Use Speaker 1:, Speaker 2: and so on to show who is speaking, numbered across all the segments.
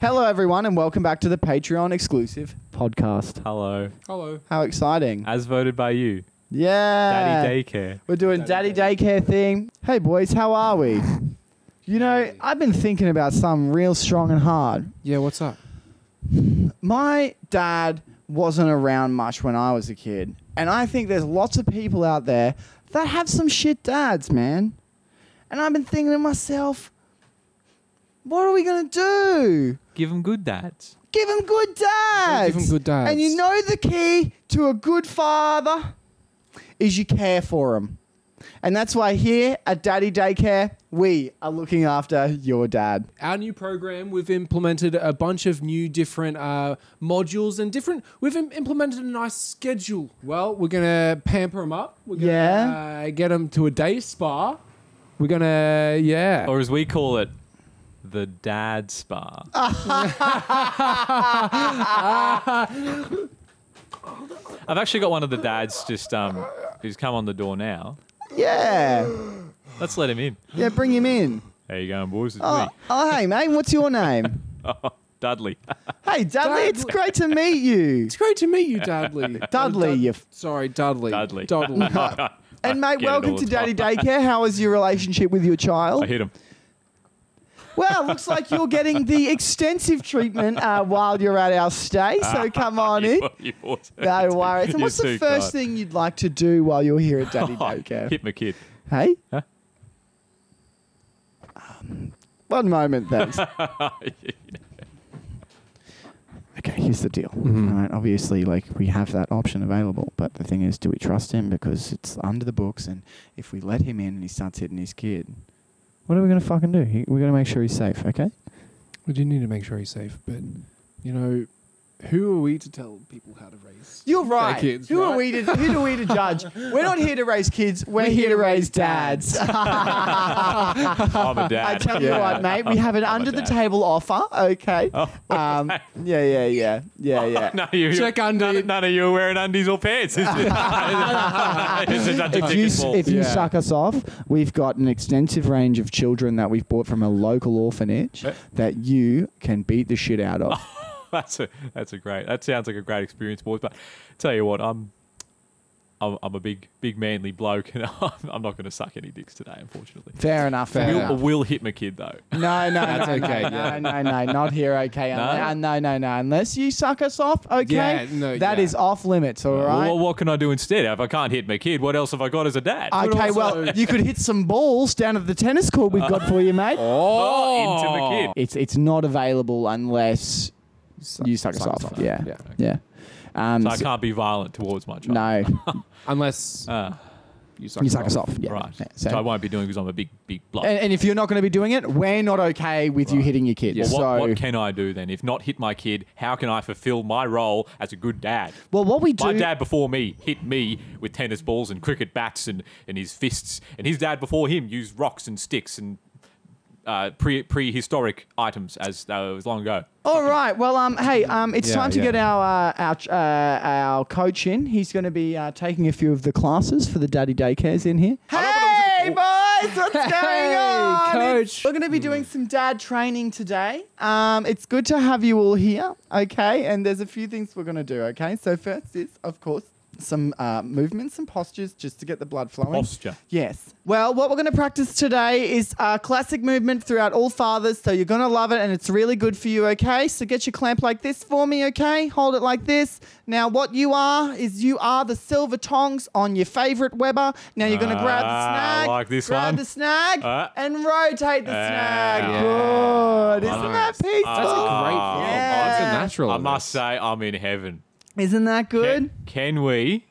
Speaker 1: Hello, everyone, and welcome back to the Patreon exclusive podcast.
Speaker 2: Hello.
Speaker 3: Hello.
Speaker 1: How exciting!
Speaker 2: As voted by you,
Speaker 1: Yeah,
Speaker 2: Daddy Daycare.
Speaker 1: We're doing Daddy,
Speaker 3: Daddy
Speaker 1: daycare thing. Hey, boys, how are we? You know, I've been thinking about something real strong and hard.
Speaker 3: Yeah, what's up?
Speaker 1: My dad wasn't around much when I was a kid, and I think there's lots of people out there that have some shit dads, man. And I've been thinking to myself, what are we gonna do?
Speaker 2: Give them good dads.
Speaker 1: Give him good dads.
Speaker 3: Give 'em good dads.
Speaker 1: And you know the key to a good father is you care for him. And that's why here at Daddy Daycare, we are looking after your dad.
Speaker 3: Our new program, we've implemented a bunch of new different uh, modules and different. We've im- implemented a nice schedule. Well, we're gonna pamper them up. We're gonna
Speaker 1: Yeah.
Speaker 3: uh, get them to a day spa. We're gonna yeah.
Speaker 2: Or as we call it, the dad spa. I've actually got one of the dads just um who's come on the door now.
Speaker 1: Yeah.
Speaker 2: Let's let him in.
Speaker 1: Yeah, bring him in.
Speaker 2: How you going, boys? It's
Speaker 1: Oh, oh hey, mate, what's your name?
Speaker 2: me. Dudley.
Speaker 1: Hey, Dudley, it's great to meet you.
Speaker 3: It's great to meet you, Dudley.
Speaker 1: Dudley,
Speaker 3: Oh,
Speaker 1: you f-
Speaker 3: sorry, Dudley.
Speaker 2: Dudley.
Speaker 3: Dudley.
Speaker 1: And, mate,
Speaker 2: get it
Speaker 1: welcome
Speaker 2: all
Speaker 1: to
Speaker 2: the time.
Speaker 1: Daddy Daycare. How is your relationship with your child?
Speaker 2: I hit him.
Speaker 1: Well, looks like you're getting the extensive treatment uh, while you're at our stay, so come on in.
Speaker 2: Ah, You also-
Speaker 1: No worries. And
Speaker 2: You're
Speaker 1: what's the
Speaker 2: too
Speaker 1: first
Speaker 2: kind.
Speaker 1: thing you'd like to do while you're here at Daddy
Speaker 2: Oh,
Speaker 1: Daycare?
Speaker 2: Hit my kid.
Speaker 1: Hey?
Speaker 2: Huh?
Speaker 1: Um, one moment, thanks. okay, here's the deal. All right, obviously, like, we have that option available, but the thing is, do we trust him? Because it's under the books, and if we let him in and he starts hitting his kid, what are we going to fucking do? He, we're going to make sure he's safe, okay?
Speaker 3: we do need to make sure he's safe, but you know, who are we to tell people how to raise?
Speaker 1: You're right.
Speaker 3: Their kids,
Speaker 1: who are
Speaker 3: right?
Speaker 1: we to who do we to judge? We're not here to raise kids. We're, here to raise dads.
Speaker 2: I'm a dad.
Speaker 1: I tell you what, mate, we have an
Speaker 2: I'm a
Speaker 1: under the
Speaker 2: dad.
Speaker 1: table offer. Okay. um, yeah, yeah, yeah, yeah, yeah.
Speaker 2: No, you
Speaker 3: Check under-
Speaker 2: None, none of you are wearing undies or pants. It's just such a
Speaker 1: If you,
Speaker 2: dick
Speaker 1: s-
Speaker 2: and ball.
Speaker 1: if you
Speaker 3: Yeah.
Speaker 1: suck us off, we've got an extensive range of children that we've bought from a local orphanage
Speaker 2: Eh?
Speaker 1: that you can beat the shit out of.
Speaker 2: that's a that's a great. That sounds like a great experience, boys. But tell you what, I'm I'm, I'm a big big manly bloke, and I'm, I'm not going to suck any dicks today, unfortunately.
Speaker 1: Fair enough. Fair
Speaker 3: Fair
Speaker 2: Will,
Speaker 1: enough.
Speaker 2: will hit my kid though.
Speaker 1: No, no,
Speaker 3: That's
Speaker 1: no,
Speaker 3: okay,
Speaker 1: no,
Speaker 3: yeah.
Speaker 1: no, no, no, not here. Okay, no,
Speaker 2: No?
Speaker 1: no, no, no. Unless you suck us off, okay,
Speaker 3: Yeah, no,
Speaker 1: that
Speaker 3: yeah.
Speaker 1: is off limits. All
Speaker 2: Well,
Speaker 1: right.
Speaker 2: what- what can I do instead? If I can't hit my kid, what else have I got as a dad?
Speaker 1: Okay,
Speaker 3: also-
Speaker 1: well, you could hit some balls down at the tennis court we've got for you, mate.
Speaker 2: Oh, into my kid.
Speaker 1: It's it's not available unless you suck, us off. Yeah, yeah, Um,
Speaker 2: So I
Speaker 1: so-
Speaker 2: can't be violent towards my child.
Speaker 1: no,
Speaker 3: Unless
Speaker 2: Ah,
Speaker 3: you suck,
Speaker 1: you
Speaker 3: it
Speaker 1: suck us off. Yeah,
Speaker 2: right.
Speaker 1: yeah,
Speaker 2: so.
Speaker 1: so-
Speaker 2: I won't be doing because I'm a big big bloke.
Speaker 1: and, and if you're not going to be doing it, we're not okay with you hitting your kids.
Speaker 2: Well,
Speaker 1: so,
Speaker 2: what, what can I do then? If not hit my kid, how can I fulfill my role as a good dad?
Speaker 1: well, what we do,
Speaker 2: My dad before me hit me with tennis balls and cricket bats and, and his fists, and his dad before him used rocks and sticks and uh, pre prehistoric items as uh, it was long ago.
Speaker 1: All right. Well, um, hey, um, it's
Speaker 3: Yeah,
Speaker 1: time to
Speaker 3: yeah.
Speaker 1: get our uh, our ch- uh, our coach in. He's going to be uh, taking a few of the classes for the daddy daycares in here. Hey, boys, what's going on?
Speaker 3: coach.
Speaker 1: oh. We're going to be doing some dad training today. Um, it's good to have you all here. Okay, and there's a few things we're going to do. Okay, so first is, of course, some uh, movements and postures just to get the blood flowing.
Speaker 2: Posture.
Speaker 1: Yes. Well, what we're going to practice today is uh, classic movement throughout all fathers. So you're going to love it and it's really good for you, okay? So get your clamp like this for me, okay? Hold it like this. Now, what you are is you are the silver tongs on your favorite Weber. Now you're going to grab the
Speaker 2: Ah,
Speaker 1: snag.
Speaker 2: like this
Speaker 1: grab
Speaker 2: one.
Speaker 1: the snag
Speaker 2: Ah.
Speaker 1: and rotate the
Speaker 2: Ah,
Speaker 1: snag.
Speaker 2: yeah.
Speaker 1: Good. Isn't that
Speaker 3: Nice.
Speaker 1: peaceful?
Speaker 3: That's a great
Speaker 2: Oh,
Speaker 3: film.
Speaker 1: yeah.
Speaker 3: It's a natural.
Speaker 2: I must say, I'm in heaven.
Speaker 1: Isn't that good?
Speaker 2: Can, can we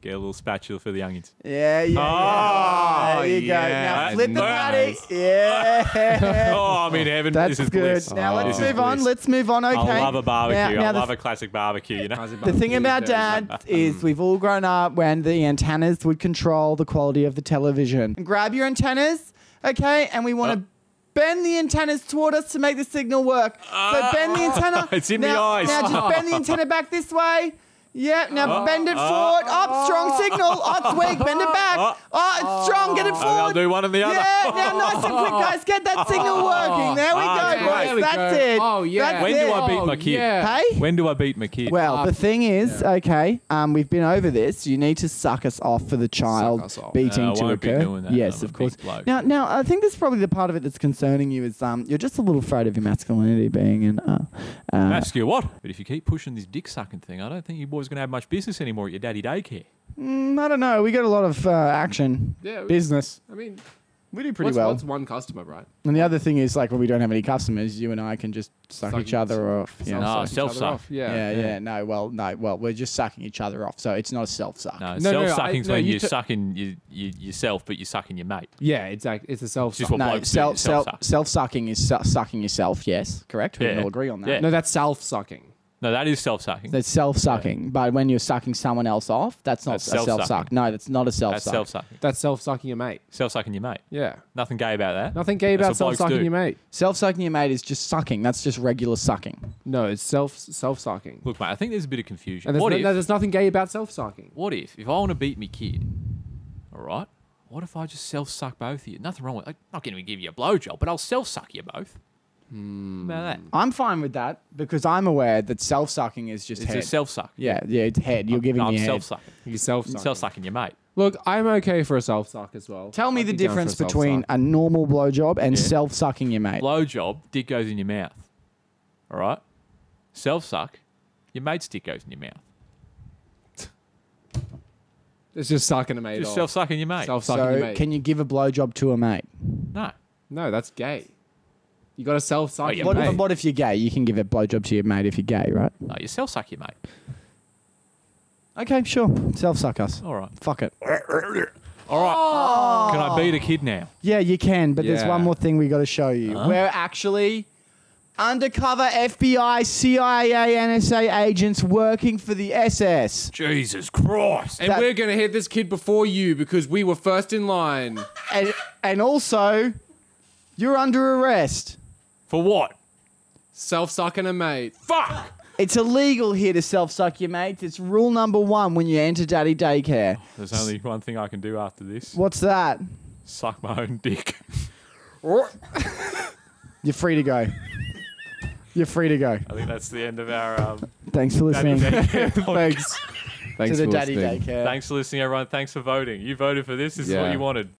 Speaker 2: get a little spatula for the youngins?
Speaker 1: Yeah, yeah. yeah.
Speaker 2: Oh,
Speaker 1: There you go.
Speaker 2: yeah.
Speaker 1: Now flip the patty.
Speaker 2: Nice.
Speaker 1: Yeah.
Speaker 2: oh, I'm in heaven.
Speaker 1: That's
Speaker 2: this is
Speaker 1: good.
Speaker 2: bliss.
Speaker 1: Now
Speaker 2: This
Speaker 1: let's
Speaker 2: is
Speaker 1: move on.
Speaker 2: bliss.
Speaker 1: Let's move on. Okay.
Speaker 2: I love a barbecue.
Speaker 1: Now, now
Speaker 2: I
Speaker 1: the,
Speaker 2: love a classic barbecue. You know,
Speaker 1: the thing about dad is we've all grown up when the antennas would control the quality of the television. And grab your antennas, okay? And we want to
Speaker 2: Uh.
Speaker 1: bend the antennas toward us to make the signal work. so bend the antenna.
Speaker 2: Ah. It's in
Speaker 1: now,
Speaker 2: the eyes. Ah.
Speaker 1: Now just bend the antenna back this way. Yeah, now bend it forward. Up, strong signal. Oh, it's weak. Bend it back. Oh, it's strong. Get it
Speaker 2: And Ah. I'll
Speaker 1: forward.
Speaker 2: do one and the other.
Speaker 1: Yeah, now nice and quick, guys. Get that signal working. There we
Speaker 2: Ah,
Speaker 1: go,
Speaker 2: great.
Speaker 1: boys.
Speaker 2: There
Speaker 3: we
Speaker 1: That's
Speaker 3: go.
Speaker 1: it.
Speaker 3: Oh, yeah.
Speaker 1: That's
Speaker 2: When do I
Speaker 1: it.
Speaker 2: beat
Speaker 3: Oh,
Speaker 2: my kid?
Speaker 3: yeah.
Speaker 1: Hey?
Speaker 2: When do I beat my kid?
Speaker 1: Well,
Speaker 3: Ah,
Speaker 1: the thing is, okay, um, we've been over this. You need to suck us off for the child
Speaker 3: us off.
Speaker 2: No,
Speaker 1: beating
Speaker 2: I
Speaker 1: to
Speaker 2: won't be
Speaker 1: occur.
Speaker 2: doing that.
Speaker 1: Yes,
Speaker 2: I'm a
Speaker 1: of course.
Speaker 2: big bloke.
Speaker 1: Now, now, I think that's probably the part of it that's concerning you is um, you're just a little afraid of your masculinity being in. Uh, uh,
Speaker 2: Ask you what? But if you keep pushing this dick sucking thing, I don't think you boys gonna have much business anymore at your daddy daycare.
Speaker 1: mm, I don't know. We got a lot of uh, action
Speaker 3: Yeah, we-
Speaker 1: business.
Speaker 3: I mean,
Speaker 1: We do pretty
Speaker 3: what's,
Speaker 1: well.
Speaker 3: what's one customer, right?
Speaker 1: and the other thing is, like, when we don't have any customers, you and I can just suck,
Speaker 3: Suck
Speaker 1: each other off. Yeah.
Speaker 3: Some
Speaker 2: No,
Speaker 3: suck each other
Speaker 2: self-suck.
Speaker 3: off, Yeah.
Speaker 1: yeah, yeah, No, well, no, well, we're just sucking each other off, so it's not a self suck.
Speaker 2: No,
Speaker 3: No, no,
Speaker 2: self sucking's
Speaker 3: I- no,
Speaker 2: when
Speaker 3: you
Speaker 2: you're
Speaker 3: t-
Speaker 2: sucking you, you, yourself, but you're sucking your mate.
Speaker 3: Yeah, exactly. It's a self.
Speaker 2: Just what
Speaker 1: No,
Speaker 2: blokes do,
Speaker 1: self self
Speaker 2: self-suck.
Speaker 1: self sucking is su- sucking yourself. Yes, correct. We can
Speaker 2: Yeah.
Speaker 1: all agree on that.
Speaker 2: Yeah.
Speaker 3: No, that's self sucking.
Speaker 2: No, that is self sucking.
Speaker 1: That's self sucking, but when you're sucking someone else off, that's not
Speaker 2: That's
Speaker 1: a self
Speaker 2: self-sucking.
Speaker 1: suck. No, that's not a self
Speaker 2: That's self
Speaker 1: suck.
Speaker 2: sucking.
Speaker 3: That's self sucking your mate.
Speaker 2: Self sucking your mate.
Speaker 3: Yeah.
Speaker 2: Nothing gay about that.
Speaker 3: Nothing gay
Speaker 2: That's
Speaker 3: about
Speaker 2: what blokes
Speaker 3: self sucking
Speaker 2: do.
Speaker 3: your mate.
Speaker 1: Self sucking your mate is just sucking. That's just regular sucking.
Speaker 3: No, it's self self sucking.
Speaker 2: Look, mate, I think there's a bit of confusion.
Speaker 3: And there's,
Speaker 2: What
Speaker 3: no,
Speaker 2: if?
Speaker 3: no- there's nothing gay about self sucking.
Speaker 2: What if? If I want to beat me kid, all right. What if I just self suck both of you? Nothing wrong with. I'm not going to give you a blowjob, but I'll self suck you both.
Speaker 3: Hmm.
Speaker 2: About that.
Speaker 1: I'm fine with that because I'm aware that self sucking is just
Speaker 2: It's
Speaker 1: head.
Speaker 2: a self suck.
Speaker 1: yeah, yeah, it's head. You're giving
Speaker 2: I'm
Speaker 1: me
Speaker 2: self
Speaker 1: head.
Speaker 2: sucking.
Speaker 3: You self
Speaker 2: Self
Speaker 3: suck.
Speaker 2: sucking your mate.
Speaker 3: Look, I'm okay for a self suck as well.
Speaker 1: Tell me
Speaker 3: I'd
Speaker 1: the
Speaker 3: be down for a
Speaker 1: difference between
Speaker 3: self-suck.
Speaker 1: a normal blowjob and
Speaker 2: Yeah.
Speaker 1: self sucking your mate.
Speaker 2: Blowjob, dick goes in your mouth. All right. Self suck, your mate's dick goes in your mouth.
Speaker 3: It's just sucking a mate.
Speaker 2: Just self sucking your mate.
Speaker 3: Self sucking your
Speaker 1: So
Speaker 3: mate.
Speaker 1: can you give a blowjob to a mate?
Speaker 2: no.
Speaker 3: no, that's gay. You got to self suck
Speaker 2: Oh, yeah,
Speaker 3: your
Speaker 1: What,
Speaker 3: mate.
Speaker 1: if, what if you're gay? You can give a blowjob to your mate if you're gay, right?
Speaker 2: No, you self suck your mate.
Speaker 1: Okay, sure. Self suck us.
Speaker 2: All right.
Speaker 1: Fuck it.
Speaker 2: All right. Can I beat a kid now?
Speaker 1: Yeah, you can, but there's
Speaker 3: Yeah.
Speaker 1: one more thing we got to show you. We're actually undercover FBI, CIA, NSA agents working for the SS.
Speaker 2: Jesus Christ.
Speaker 3: and
Speaker 1: that-
Speaker 3: we're gonna hit this kid before you because we were first in line.
Speaker 1: And, and also, you're under arrest.
Speaker 2: For what?
Speaker 3: self sucking a mate.
Speaker 2: Fuck.
Speaker 1: It's illegal here to self suck your mates. It's rule number one when you enter daddy daycare.
Speaker 2: There's only one thing I can do after this
Speaker 1: What's that?
Speaker 2: suck my own dick.
Speaker 1: You're free to go. You're free to go.
Speaker 2: I think that's the end of our. Um,
Speaker 1: Thanks for listening.
Speaker 3: Thanks.
Speaker 1: to
Speaker 3: Thanks
Speaker 1: the
Speaker 3: for
Speaker 1: daddy
Speaker 3: listening.
Speaker 1: daycare.
Speaker 2: thanks for listening, everyone. Thanks for voting. You voted for this. This is
Speaker 3: Yeah.
Speaker 2: what you wanted.